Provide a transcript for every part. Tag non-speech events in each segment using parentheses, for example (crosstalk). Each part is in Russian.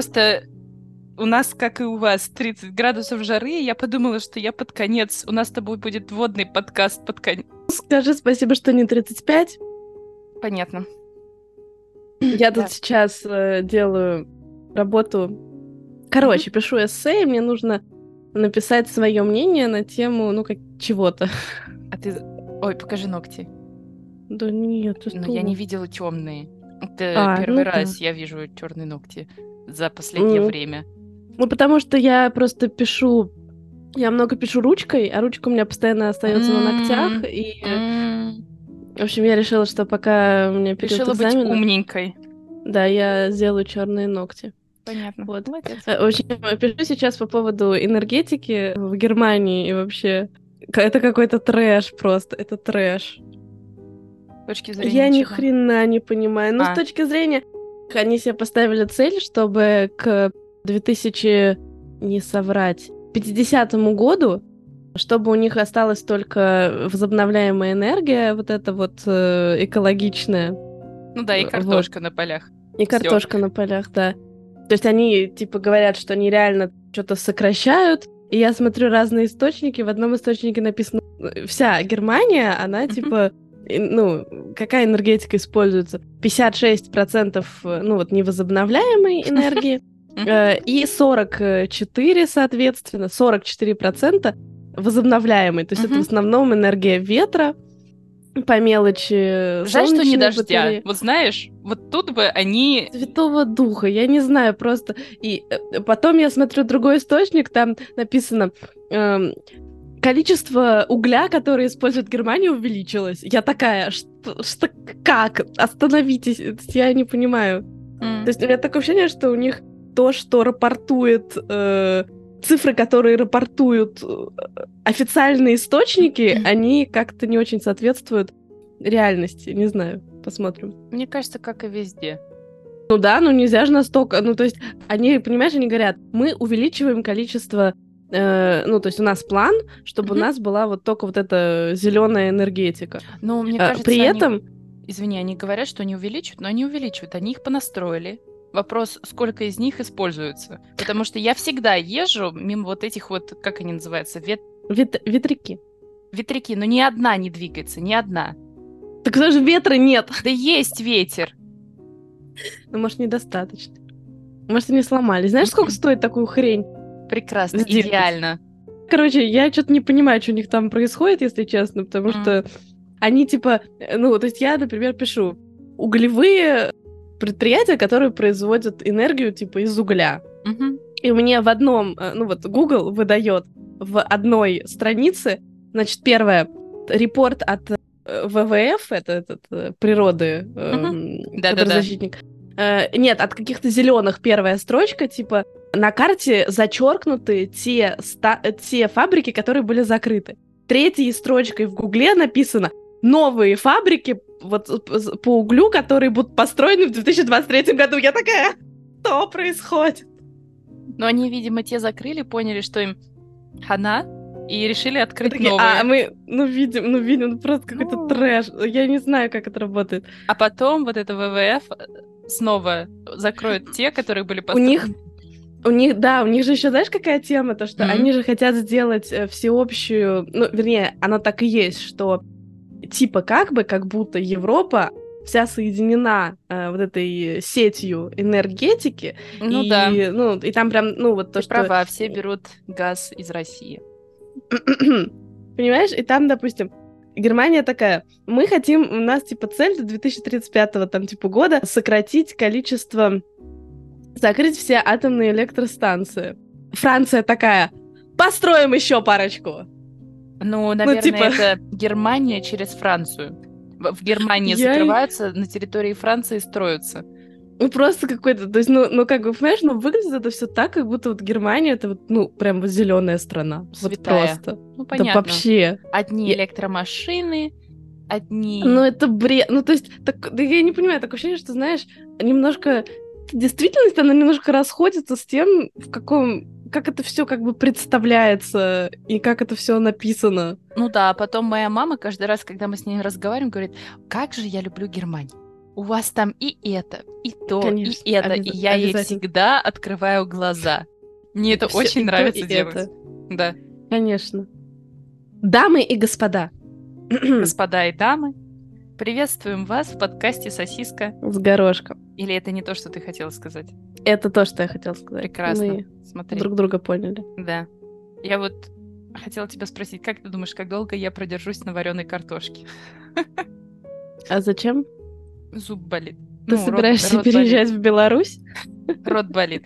что у нас, как и у вас, 30 градусов жары, и я подумала, что я под конец, у нас с тобой будет водный подкаст под конец. Скажи спасибо, что не 35. Понятно. Я тут Да. сейчас э, делаю работу. Короче, пишу эссе, и мне нужно написать свое мнение на тему, ну, как чего-то. А ты... Ой, покажи ногти. Да нет, ты Но Ну, я не что? видела темные. Это А, первый ну раз я вижу черные ногти за последнее Ну. время. Ну, потому что я просто пишу... Я много пишу ручкой, а ручка у меня постоянно остается на М. ногтях, и, М, в общем, я решила, что пока у меня период Решила быть экзамена, умненькой. да, я сделаю черные ногти. Понятно. Вот. Молодец. Э, В общем, я пишу сейчас по поводу энергетики в Германии и вообще. к- Это какой-то трэш просто, это трэш. С Точки зрения Я ни чего? хрена не понимаю. Ну, А. с точки зрения, они себе поставили цель, чтобы к 2000, не соврать, 50 году, чтобы у них осталась только возобновляемая энергия, вот эта вот э, экологичная. Ну да, и Вот. картошка на полях. И картошка на полях, да. То есть они типа говорят, что они реально что-то сокращают. И я смотрю разные источники. В одном источнике написано э, вся Германия, она Мгм. типа э, ну, какая энергетика используется? 56% э, ну (laughs) вот невозобновляемой энергии э, и 44, соответственно, 44% возобновляемой. То есть это Мгм. в основном энергия ветра, по мелочи Жаль, что не солнечные дождя. батареи. Вот знаешь, вот тут бы они... Святого Духа, я не знаю просто. И э, потом я смотрю другой источник, там написано эм, количество угля, который использует Германия, увеличилось. Я такая, что, что- как? Остановитесь, Это я не понимаю. М. То есть у меня такое ощущение, что у них то, что рапортует э, цифры, которые рапортуют э, официальные источники, они как-то не очень соответствуют реальности. Не знаю, посмотрим. Мне кажется, как и везде. Ну да, ну нельзя же настолько. Ну, то есть, они, понимаешь, они говорят, мы увеличиваем количество. э, ну, то есть, у нас план, чтобы у Мгм. нас была вот только вот эта зеленая энергетика. Но Ну, мне А, кажется, При они- этом, Извини, они говорят, что они увеличивают, но они увеличивают. Они их понастроили. Вопрос, сколько из них используется. Потому что я всегда езжу мимо вот этих вот, как они называются, вет- вет- ветряки. ветряки, но ни одна не двигается, ни одна. Так кто же ветра нет? (laughs) Да есть ветер. Ну, может, недостаточно. Может, они сломались. Знаешь, сколько стоит такую хрень? Прекрасно, Сделать. идеально. Короче, я что-то не понимаю, что у них там происходит, если честно, потому Мгм. что они типа, э, ну, то есть я, например, пишу углевые предприятия, которые производят энергию типа из угля. Мгм. И мне в одном, э, ну вот Google выдает в одной странице, значит, первое, репорт от э, ВВФ, это этот э, природы, эм, Да-да-да. природозащитник. Э, Нет, от каких-то зеленых первая строчка, типа на карте зачеркнуты те, ста- э, те фабрики, которые были закрыты. Третьей строчкой в Гугле написано новые фабрики вот э, по углю, которые будут построены в 2023 году. Я такая, что происходит? Но они, видимо, те закрыли, поняли, что им хана, и решили открыть Такие, новые. А мы, ну, видим, ну, видим, ну, просто какой-то Ну. трэш. Я не знаю, как это работает. А потом вот это ВВФ э, снова закроют те, которые были У них, у них, да, у них же еще, знаешь, какая тема, то, что Мгм. они же хотят сделать э, всеобщую, ну, вернее, оно так и есть, что типа как бы, как будто Европа вся соединена э, вот этой сетью энергетики. Ну и, да, Ну, и там прям, ну, вот то, ты что... права, все берут газ из России. (clears throat) Понимаешь, и там, допустим, Германия такая, мы хотим, у нас, типа, цель до 2035 там, типа, года сократить количество, закрыть все атомные электростанции. Франция такая, построим еще парочку. Ну, наверное, типа- это Германия через Францию. В в Германии Я- закрываются, на территории Франции строятся. Ну, просто какой-то, то есть, ну, ну, как бы, понимаешь, ну, выглядит это все так, как будто вот Германия, это вот, ну, прям вот зеленая страна. Святая. Вот просто. Ну, понятно. Да вообще. Одни Я- электромашины, одни... Ну, это бред. Ну, то есть, так, да я не понимаю, такое ощущение, что, знаешь, немножко... Действительность, она немножко расходится с тем, в каком... Как это все как бы представляется и как это все написано. Ну да, а потом моя мама каждый раз, когда мы с ней разговариваем, говорит, как же я люблю Германию. у вас там и это, и то, Конечно, и это. И обяза- я ей обязательно. всегда открываю глаза. Мне это Всё, и очень то, нравится и делать. это. Хм. Да. Конечно. Дамы и господа. (clears throat) С Господа и дамы, приветствуем вас в подкасте «Сосиска». горошком. Или это не то, что ты хотела сказать? Это то, что я хотела сказать. Прекрасно. Мы Смотри. друг друга поняли. Да. Я вот хотела тебя спросить, как ты думаешь, как долго я продержусь на вареной картошке? А зачем? Зуб болит. Ты Ну, рот- собираешься рот болит. переезжать в Беларусь? Рот болит.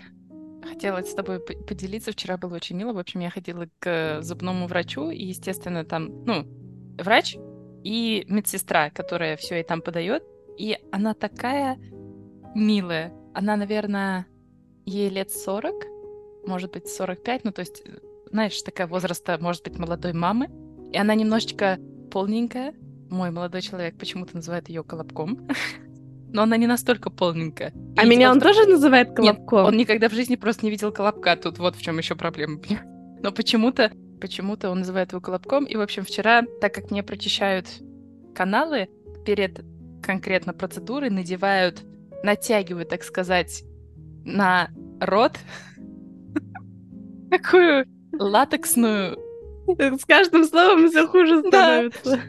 (laughs) Хотела с тобой п- поделиться. Вчера было очень мило. В общем, я ходила к зубному врачу, и, естественно, там, ну, врач и медсестра, которая все и там подает. И она такая милая. Она, наверное, ей лет 40, может быть, 45. Ну, то есть, э, знаешь, такая возраста, может быть, молодой мамы. И она немножечко полненькая. Мой молодой человек почему-то называет ее колобком. (laughs) Но она не настолько полненькая. А И меня дело в он том, тоже называет он Колобком? (laughs) никогда в жизни просто не видел колобка. Тут вот в чем еще проблема. понимаешь? Но почему-то, почему-то он называет его колобком. И, в общем, вчера, так как мне прочищают каналы, перед конкретно процедурой надевают, натягивают, так сказать, на рот (laughs) такую латексную С каждым словом все хуже Да. становится.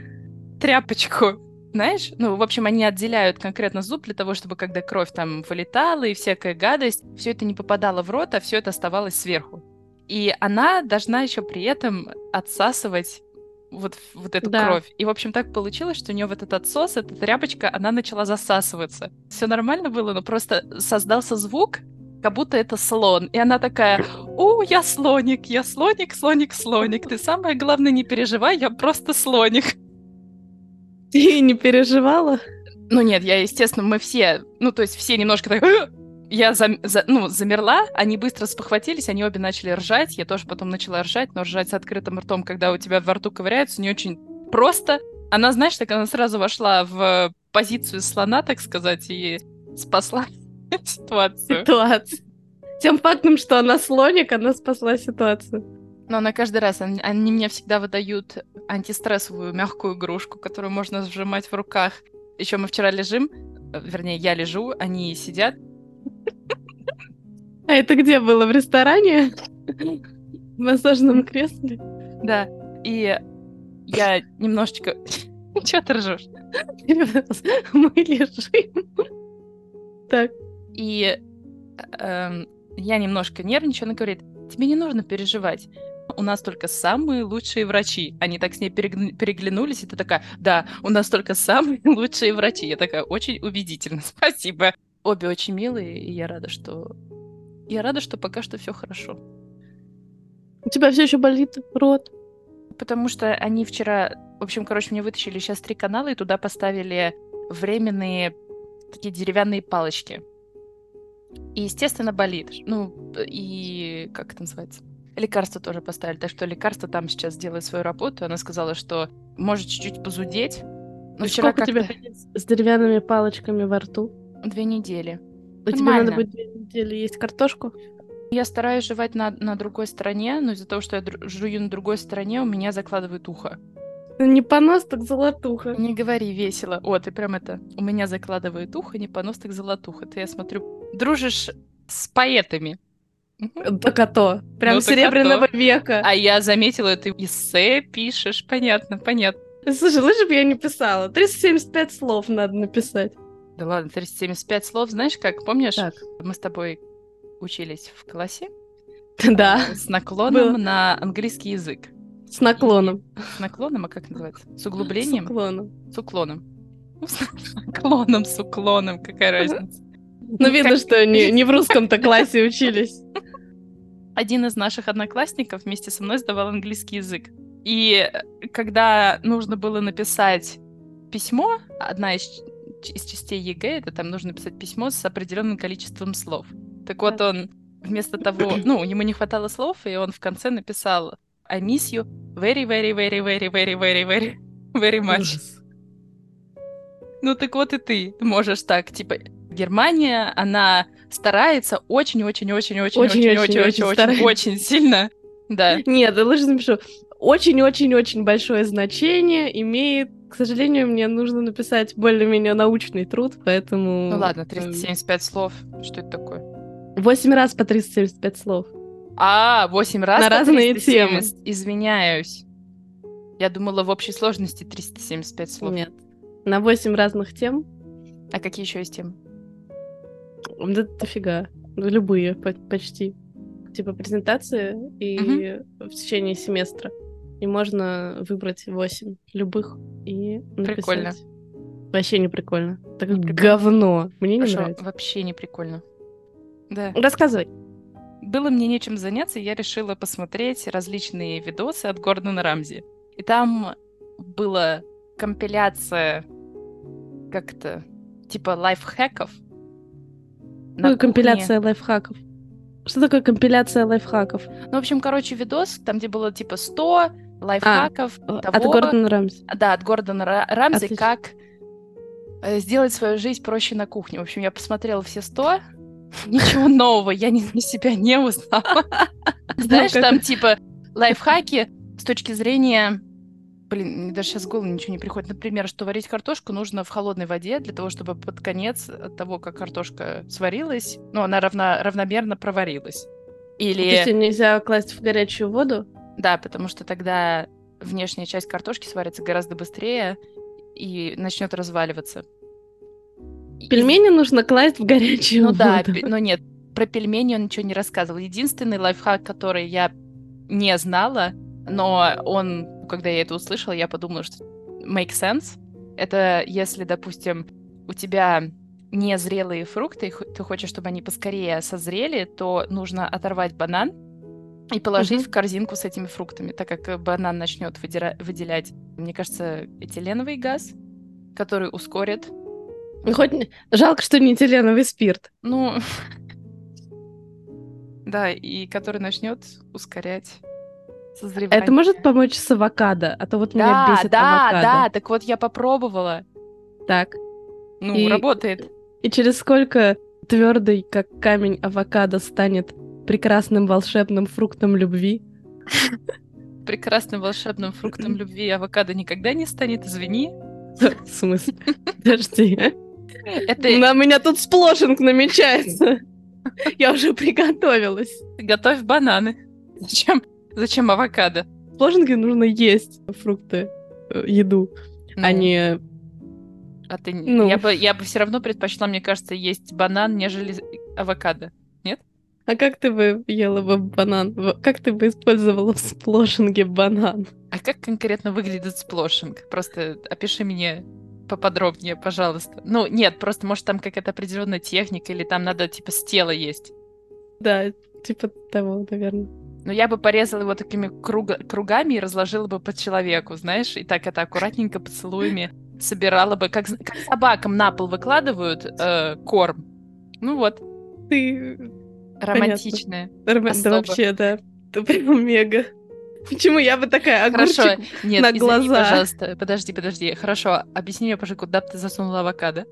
тряпочку. (laughs) Знаешь, ну, в общем, они отделяют конкретно зуб для того, чтобы когда кровь там вылетала и всякая гадость, все это не попадало в рот, а все это оставалось сверху. И она должна еще при этом отсасывать вот, вот эту Да. кровь. И, в общем, так получилось, что у нее вот этот отсос, эта тряпочка, она начала засасываться. Все нормально было, но просто создался звук, как будто это слон. И она такая, о, я слоник, я слоник, слоник, слоник. Ты самое главное не переживай, я просто слоник. Ты не переживала? Ну нет, я, естественно, мы все, ну то есть все немножко так... «Э!» Я зам- за- ну, замерла, они быстро спохватились, они обе начали ржать, я тоже потом начала ржать, но ржать с открытым ртом, когда у тебя во рту ковыряются, не очень просто. Она, знаешь, так она сразу вошла в позицию слона, так сказать, и спасла (laughs) ситуацию. Ситуация. Тем фактом, что она слоник, она спасла ситуацию. Но она каждый раз, они, они мне всегда выдают антистрессовую мягкую игрушку, которую можно сжимать в руках. Еще мы вчера лежим, э, вернее, я лежу, они сидят, А это где было? В ресторане? В массажном кресле? Да. И я немножечко... (laughs) Чего ты ржешь? Мы лежим. Так, И эм, я немножко нервничаю. Она говорит, тебе не нужно переживать. У нас только самые лучшие врачи. Они так с ней перегн- переглянулись, и ты такая, да, у нас только самые (laughs) лучшие врачи. Я такая, очень убедительно, (laughs) спасибо. Обе очень милые, и я рада, что... Я рада, что пока что все хорошо. у тебя все еще болит рот. Потому что они вчера, в общем, короче, мне вытащили сейчас три канала и туда поставили временные такие деревянные палочки. И, естественно, болит. Ну, и как это называется? Лекарство тоже поставили. Так что лекарство там сейчас делает свою работу. Она сказала, что может чуть-чуть позудеть. Но И Ну, вчера Сколько тебе как-то ходить с деревянными палочками во рту? две недели. И тебе надо Нормально. будет две недели есть картошку? Я стараюсь жевать на, на другой стороне, но из-за того, что я дру- жую на другой стороне, у меня закладывает ухо. Ну, Не понос, так золотуха. Не говори весело. О, ты прям это... У меня закладывает ухо, не понос, так золотуха. Ты, я смотрю, дружишь с поэтами. Мгм. Так а то. Прям Ну, так а серебряного века. А я заметила, ты эссе пишешь. Понятно, понятно. Слушай, лучше бы я не писала. 375 слов надо написать. Да ладно, 375 слов. Знаешь как, помнишь, Так. мы с тобой учились в классе Да, с наклоном Было. на английский язык. с наклоном. С наклоном, а как называется? С С углублением? уклоном. С уклоном. (laughs) Ну, с наклоном, с уклоном, какая разница. Ну, видно, как- что не, не в русском-то классе (laughs) учились. один из наших одноклассников вместе со мной сдавал английский язык. И э, когда нужно было написать письмо, одна из, ч- из частей ЕГЭ, это там нужно написать письмо с определенным количеством слов. Так вот Да. он вместо того, ну, ему не хватало слов, и он в конце написал «I miss you very, very, very, very, very, very, very, very much». Ну так вот и ты можешь так, типа, Германия, она старается Очень-очень-очень-очень старается. очень-очень-очень-очень-очень-очень сильно. Да. Нет, я лучше напишу. Очень-очень-очень большое значение имеет К сожалению, мне нужно написать более-менее научный труд, поэтому... эм, Ну ладно, 375 слов. Что это такое? Восемь раз по 375 слов. А, 8 раз На по разные 370. Извиняюсь. Я думала, в общей сложности 375 слов. Нет. На восемь разных тем? А какие еще есть темы? Да дофига. Ну, Любые по- почти. Типа презентации и в течение семестра. И можно выбрать восемь любых и написать. Прикольно. Вообще не прикольно. Так Не прикольно. говно. Мне не Хорошо, нравится. вообще не прикольно. Да. Рассказывай. Было мне нечем заняться, и я решила посмотреть различные видосы от Гордона Рамзи. И там была компиляция как-то типа лайфхаков. на Ну, кухне. компиляция лайфхаков. Что такое компиляция лайфхаков? Ну, в общем, короче, видос, там, где было типа 100 лайфхаков того, А, От Гордона Рамзи. А, Да, от Гордона Ра- Рамзи, Отлично. как э, сделать свою жизнь проще на кухне. В общем, я посмотрела все (laughs) 100, ничего нового я ни- для себя не (laughs) узнала. Знаешь, Ну, как- там типа лайфхаки с точки зрения... Блин, мне даже сейчас в голову ничего не приходит. Например, что варить картошку нужно в холодной воде для того, чтобы под конец от того, как картошка сварилась, ну, она равна, равномерно проварилась. Ну, То Или... есть её нельзя класть в горячую воду? Да, потому что тогда внешняя часть картошки сварится гораздо быстрее и начнет разваливаться. И- Пельмени нужно класть в горячую Ну воду. да, пе- но нет, про пельмени он ничего не рассказывал. Единственный лайфхак, который я не знала, но он, когда я это услышала, я подумала, что make sense. Это если, допустим, у тебя незрелые фрукты, и хо- ты хочешь, чтобы они поскорее созрели, то нужно оторвать банан и положить Мгм. в корзинку с этими фруктами, так как э, банан начнет выделять, мне кажется, этиленовый газ, который ускорит Ну, Хоть... не- Жалко, что не теленовый спирт. ну, (laughs) да, и который начнет ускорять созревание. Это может помочь с авокадо? А то вот меня Ну, Да, бесит да, авокадо. да, так вот я попробовала. Так. Ну, И- э, работает. И через сколько твердый, как камень, авокадо станет прекрасным волшебным фруктом любви? (laughs) Прекрасным волшебным фруктом любви авокадо никогда не станет, (laughs) извини. В смысле? Подожди. Это На меня тут сплошинг намечается. Я уже приготовилась. готовь бананы. (laughs) Зачем? Зачем авокадо? Сплошинги нужно есть фрукты, э, еду, а Ну, не... а ты... ну. Я бы, я бы все равно предпочла, мне кажется, есть банан, нежели э, авокадо. А как ты бы ела бы банан? В- Как ты бы использовала в сплошинге банан? А как конкретно выглядит сплошинг? Просто опиши мне поподробнее, пожалуйста. Ну, нет, просто, может, там какая-то определенная техника, или там надо, типа, с тела есть. Да, типа того, наверное. Но я бы порезала его такими круга- кругами и разложила бы по человеку, знаешь, и так это аккуратненько поцелуями собирала бы, как, з- как собакам на пол выкладывают э, корм. Ну вот, Ты романтичное. Ром- Да Особо. вообще, да. Ты прям мега. Почему я бы такая Хорошо, огурчик? нет, на извини, глаза. пожалуйста, подожди, подожди. Хорошо, объясни мне, пожалуйста, куда бы ты засунула авокадо?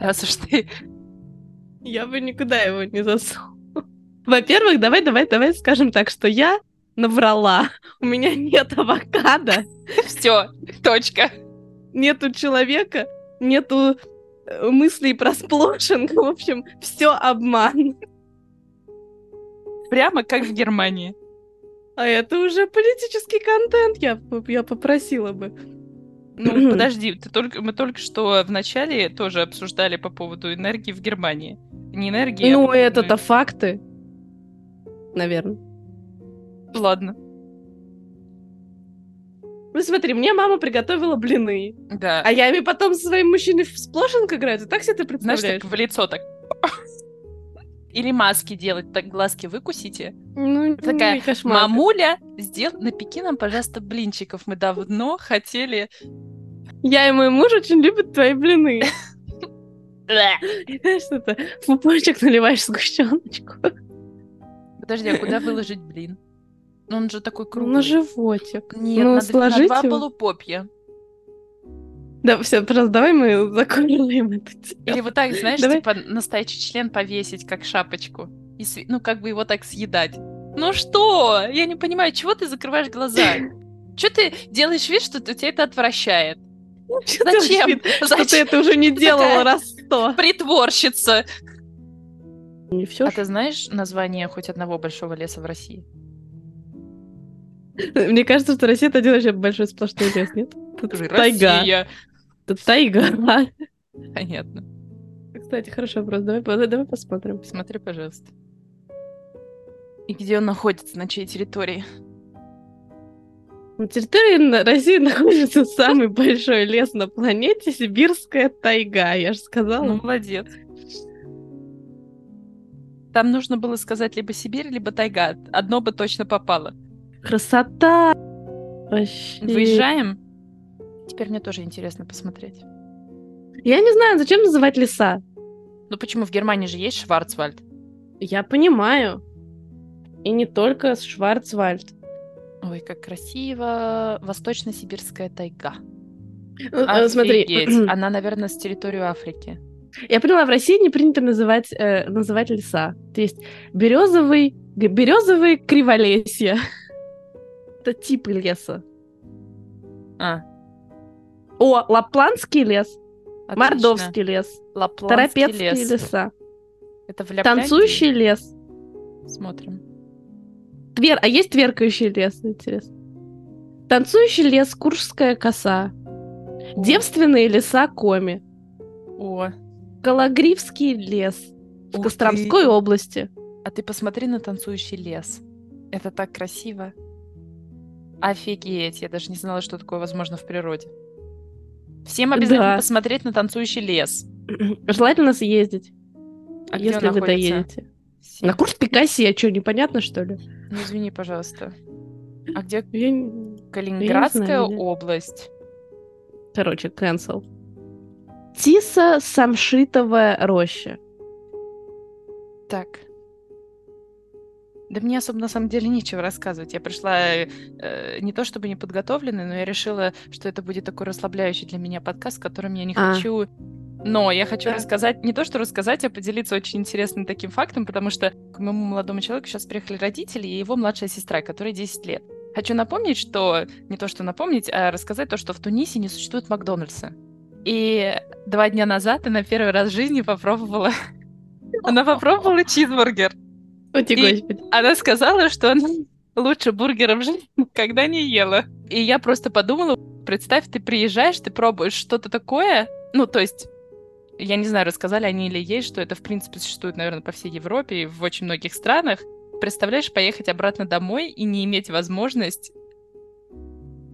Раз уж ты Я бы никуда его не засунула. Во-первых, давай, давай, давай скажем так, что я наврала. У меня нет авокадо, Все, точка. нету человека, нету э, мыслей про сплошинг. В общем, все обман. Прямо как в Германии. А это уже политический контент, я, п- я попросила бы. Ну, подожди, ты только, мы только что вначале тоже обсуждали по поводу энергии в Германии. Не энергии, а Ну, вот, это-то факты. Наверное. ну, Ладно, Ну смотри, мне мама приготовила блины. да. А я ими потом со своим мужчиной в сплошинг играю? Ты так себе это Знаешь, представляешь? так в лицо так. Или маски делать, так глазки выкусите. Ну, такая, ну и кошмар. Мамуля, сдел... напеки нам, пожалуйста, блинчиков. Мы давно хотели... Я и мой муж очень любят твои блины. Бля. И Знаешь, что-то в пупочек наливаешь сгущеночку. Подожди, а куда выложить блин? Ну, Он же такой круглый. На животик. Нет, ну, надо сложить на два его. полупопья. Да, все, просто давай мы закроем это Или дело. вот так, знаешь, Давай. типа настоящий член повесить как шапочку. И сви- Ну, как бы его так съедать. Ну что? Я (laughs) не понимаю, чего ты закрываешь глаза? Чего ты делаешь вид, что т- тебя это отвращает? Зачем? Зачем? (laughs) Что ты Зачем? это уже не делала такая- раз сто? (laughs) Притворщица. Не все. А ты знаешь название хоть одного большого леса в России? Мне кажется, что Россия это один вообще большой сплошной лес, нет? Тут тайга. Россия. Тут тайга. (laughs) Понятно. Кстати, хороший вопрос. Давай, по- давай посмотрим. Посмотри, пожалуйста. И где он находится, на чьей территории? На территории на- России (laughs) находится самый большой лес на планете Сибирская тайга. Я же Ну, сказала. молодец. Там нужно было сказать либо Сибирь, либо тайга. Одно бы точно попало. Красота! Вообще. Выезжаем. Теперь мне тоже интересно посмотреть. Я не знаю, зачем называть леса. Ну почему в Германии же есть Шварцвальд? Я понимаю. И не только Шварцвальд. Ой, как красиво. Восточно-сибирская тайга. Э, э, Смотри, (clears throat) Офигеть. Она, наверное, с территории Африки. я поняла, в России не принято называть, э, называть леса. То есть березовый, г- березовые криволесья. (laughs) Это типы леса. А, О, Лапландский лес, отлично. Мордовский лес, Лапландский Торопецкие лес. леса, Это в Ляпляндии? Танцующий лес, Смотрим. Твер... А есть тверкающий лес, интересно. Танцующий лес, Куршская коса, девственные леса Коми. О, Калагривский лес в Ух Костромской ты. области. (clears throat) а ты посмотри на танцующий лес. Это так красиво. Офигеть, я даже не знала, что такое возможно в природе. Всем обязательно Да. посмотреть на танцующий лес. Желательно съездить, А где если он вы находится? доедете. Сибирь. На курс Пикасси, а что, непонятно, что ли? Ну, извини, пожалуйста. А где Я не- Калининградская где. область? Короче, cancel. Тиса Самшитовая роща. Так. Да мне особо на самом деле нечего рассказывать. Я пришла э, э, не то чтобы не подготовленной, но я решила, что это будет такой расслабляющий для меня подкаст, в котором я не А. хочу. Но я хочу Так. рассказать, не то что рассказать, а поделиться очень интересным таким фактом, потому что к моему молодому человеку сейчас приехали родители и его младшая сестра, которой 10 лет. Хочу напомнить, что не то что напомнить, а рассказать то, что в Тунисе не существует Макдональдса. И два дня назад она первый раз в жизни попробовала. Она попробовала чизбургер. О, ти, И- господи. Она сказала, что она лучше бургеров в жизни никогда не ела. И я просто подумала, представь, ты приезжаешь, ты пробуешь что-то такое, ну, то есть, я не знаю, рассказали они или есть, что это, в принципе, существует, наверное, по всей Европе и в очень многих странах. Представляешь, поехать обратно домой и не иметь возможность...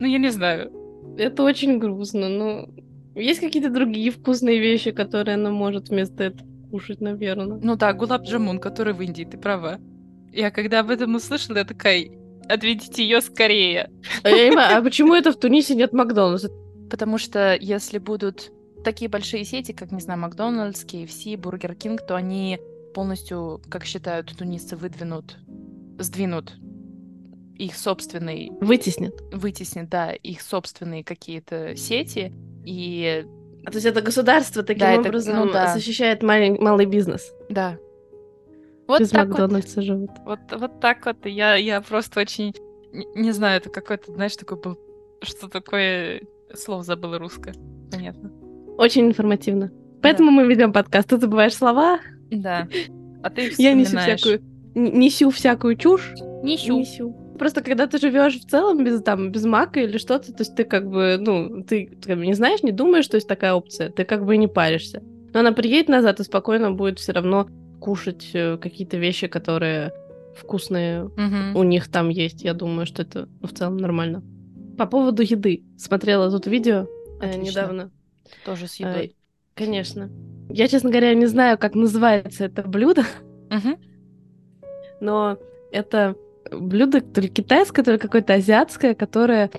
Ну, я не знаю. Это очень грустно, но... Есть какие-то другие вкусные вещи, которые она может вместо этого кушать, наверное. Ну да, гулаб джамун, который в Индии, ты права. Я когда об этом услышала, я такая, отведите ее скорее. А я не понимаю, а почему это в Тунисе нет Макдональдса? Потому что если будут такие большие сети, как, не знаю, Макдональдс, KFC, Бургер Кинг, то они полностью, как считают тунисцы, выдвинут, сдвинут их собственный, Вытеснят. вытеснят, да, их собственные какие-то сети, и А То есть это государство таким Да, это- образом ну да. защищает малень- малый бизнес. да. Вот Без так вот, Макдональдса живут. вот, вот так вот, и я, я просто очень, не, не знаю, это какой-то, знаешь, такой был, что такое, слово забыла русское, понятно. Очень информативно. Поэтому мы ведем подкаст. Ты забываешь слова. Да. А ты их (laughs) Я несу вспоминаешь. всякую, н- несу всякую чушь. Несю. Несу. Просто когда ты живешь в целом без там без мака или что-то, то есть ты как бы ну ты, как бы не знаешь, не думаешь, что есть такая опция. Ты как бы и не паришься. Но она приедет назад и спокойно будет все равно кушать э, какие-то вещи, которые вкусные Мгм. у них там есть. Я думаю, что это ну, в целом нормально. По поводу еды. Смотрела тут видео э, Отлично. недавно. Тоже с Э, едой. Конечно. Я, честно говоря, не знаю, как называется это блюдо, Мгм. но это блюдо то ли китайское, то ли какое-то азиатское, которое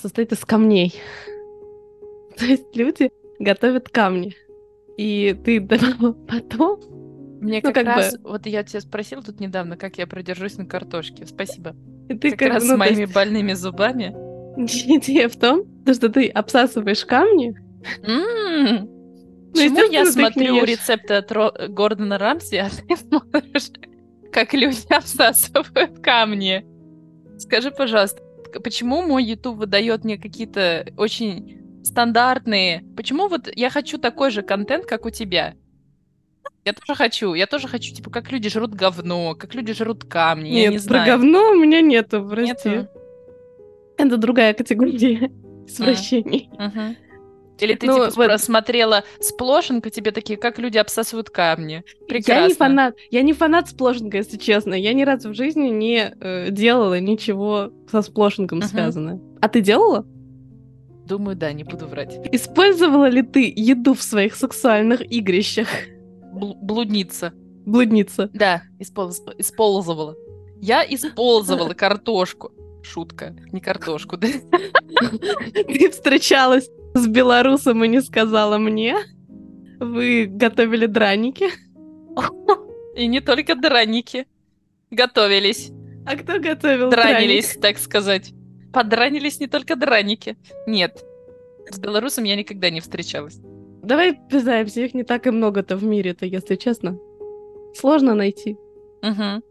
состоит из камней. (laughs) То есть люди готовят камни. И ты (laughs) потом... Мне Ну, как, как бы- раз, вот я тебя спросила тут недавно, как я продержусь на картошке. Спасибо. и Ты как, как- раз ну, с то есть- моими больными зубами. (laughs) Идея в том, то, что ты обсасываешь камни. М. Ну, Почему естественно, я ты их не смотрю ешь. рецепты от Ро- Гордона Рамси, а ты (laughs) смотришь, как люди (laughs) обсасывают камни? Скажи, пожалуйста, к- почему мой YouTube выдает мне какие-то очень стандартные. Почему вот я хочу такой же контент, как у тебя? Я тоже хочу, я тоже хочу, типа, как люди жрут говно, как люди жрут камни, я Нет, не про знаю. говно у меня нету, прости. Нету? Это другая категория (laughs) (laughs) извращений. Мгм. Или ты, Ну, типа, вот. смотрела сплошенка, тебе такие, как люди обсасывают камни. Прекрасно. Я не фанат, я не фанат сплошенка, если честно. Я ни разу в жизни не э, делала ничего со сплошенком Мгм. связанное. А ты делала? Думаю, да, не буду врать. Использовала ли ты еду в своих сексуальных игрищах? Бл- блудница. Блудница. (laughs) Да, исполз- использовала. Я (laughs) использовала картошку. Шутка, не картошку, да? Ты встречалась с белорусом и не сказала мне. Вы готовили драники. (laughs) И не только драники. Готовились, А кто Ну, готовил драники? дранились, так сказать. Подранились не только драники. Нет, с белорусом я никогда не встречалась. Давай признаемся, их не так и много-то в мире-то, если честно. Сложно найти. Мгм.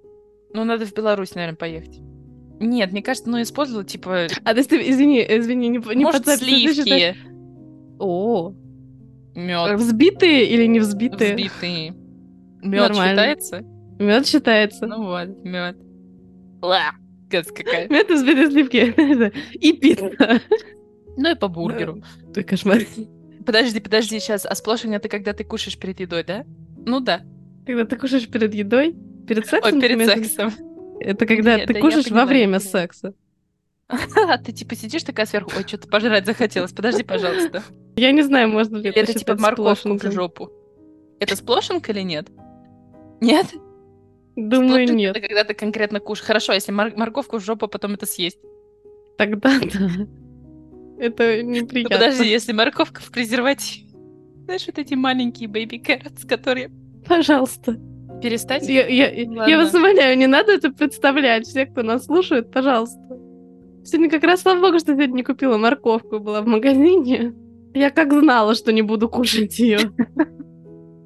Ну, надо в Беларусь, наверное, поехать. Нет, мне кажется, ну, использовала, типа, А то есть ты, извини, извини, не, по- не может, подцепишь, ты считаешь- сливки, О, мед, взбитые или не взбитые? взбитые. Мед Нормально. считается? Мед считается. Ну вот, мед. Гадость какая. (laughs) Мед и взбитые сливки. (laughs) И пицца. Ну и по бургеру. Ты кошмар. Подожди, подожди, сейчас. А сплошивание это когда ты кушаешь перед едой, да? Ну да. Когда ты кушаешь перед едой, перед Ой, сексом? ты перед имеешь в виду? сексом. (laughs) Это когда Нет, ты да я кушаешь во поняла, время я поняла. секса. А ты типа сидишь такая сверху, ой, что-то пожрать захотелось, подожди, (laughs) пожалуйста. Я не знаю, можно ли Или это это типа считать морковку в сплошенком. жопу. Это сплошенка или нет? Нет? Думаю, Сплошенка нет. Это когда ты конкретно кушаешь. Хорошо, если мор- морковку в жопу, а потом это (laughs) съесть. Тогда да. (laughs) Это Ну, неприятно. подожди, если морковка в презервативе. (laughs) Знаешь, вот эти маленькие бэйби кэротс, которые... Пожалуйста. Перестать? Я, я- я Ладно. вас умоляю, не надо это представлять. Все, кто нас слушает, пожалуйста. Сегодня как раз, слава богу, что сегодня не купила морковку, была в магазине. Я как знала, что не буду (laughs) кушать ее.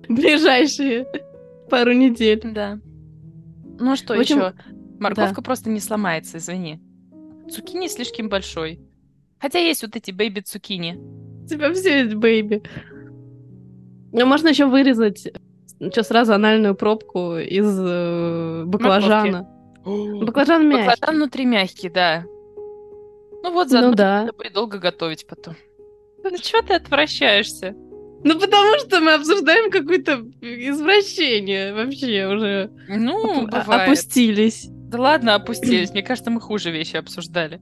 Ближайшие пару недель. Да. Ну что В общем, еще? Морковка просто не сломается, извини. Цукини слишком большой. Хотя есть вот эти бэйби цукини. У тебя все есть, бэйби. Ну, можно еще вырезать что, сразу анальную пробку из э, баклажана. Баклажан мягкий. Баклажан внутри мягкий, да. Ну вот заодно Ну да. надо будет долго готовить потом. Ну чего ты отвращаешься? Ну, потому что мы обсуждаем какое-то извращение вообще уже. Ну, Опу- а- бывает. Опустились. Да ладно, опустились. Мне кажется, мы хуже вещи обсуждали.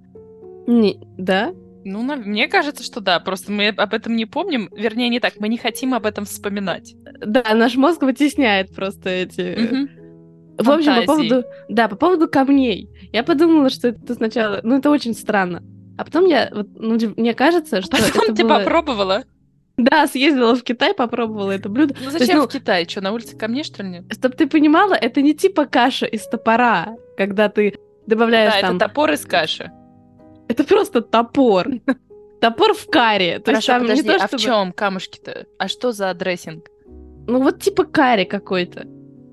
Не- да? Ну, на- мне кажется, что да. Просто мы об этом не помним. Вернее, не так. Мы не хотим об этом вспоминать. Да, наш мозг вытесняет просто эти... э, Мгм. В общем, по фантазии. поводу... Да, по поводу камней. Я подумала, что это сначала... Ну, это очень странно. А потом я... вот, ну, типа, мне кажется, что это А Потом ты было- попробовала. Да, съездила в Китай, попробовала это блюдо. Ну есть, зачем ну- в Китай? Что, на улице ко мне, что ли, нет? Чтоб ты понимала, это не типа каша из топора, когда ты добавляешь Да, там... А, это топор из каши. Это просто топор. Топор в каре. То есть Хорошо, там не подожди, то, а в чтобы- чем камушки-то? А что за дрессинг? Ну вот типа карри какой-то.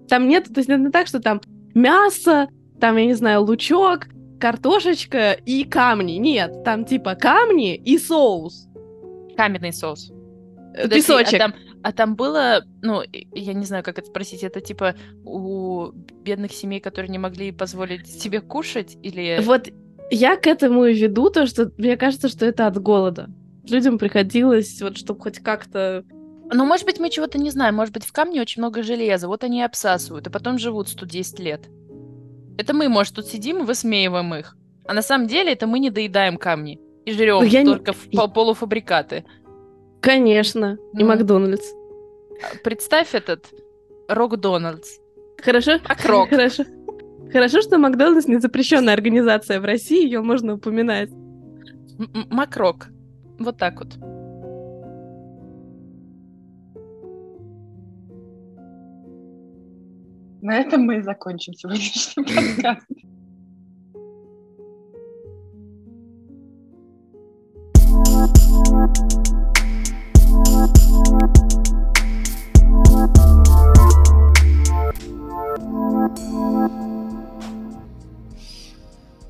Там нет, то есть это не так, что там мясо, там, я не знаю, лучок, картошечка и камни. Нет, там типа камни и соус. Каменный соус. Э, Подожди, Песочек. А там, а там было, ну, и- я не знаю, как это спросить, это типа у бедных семей, которые не могли позволить себе кушать, или... Вот я к этому и веду, то, что мне кажется, что это от голода. Людям приходилось, вот, чтобы хоть как-то... Ну, может быть, мы чего-то не знаем, может быть, в камне очень много железа, вот они и обсасывают, и потом живут 110 лет. Это мы, может, тут сидим и высмеиваем их. А на самом деле это мы не доедаем камни и жрем Ну, я не- только в пол- полуфабрикаты. Конечно. И Ну. Макдональдс. Представь этот Рок Дональдс. Хорошо? Макрок. (laughs) Хорошо. Хорошо, что Макдональдс не запрещенная организация в России, ее можно упоминать. М- м- Макрок. Вот так вот. На этом мы и закончим сегодняшний (laughs) подкаст.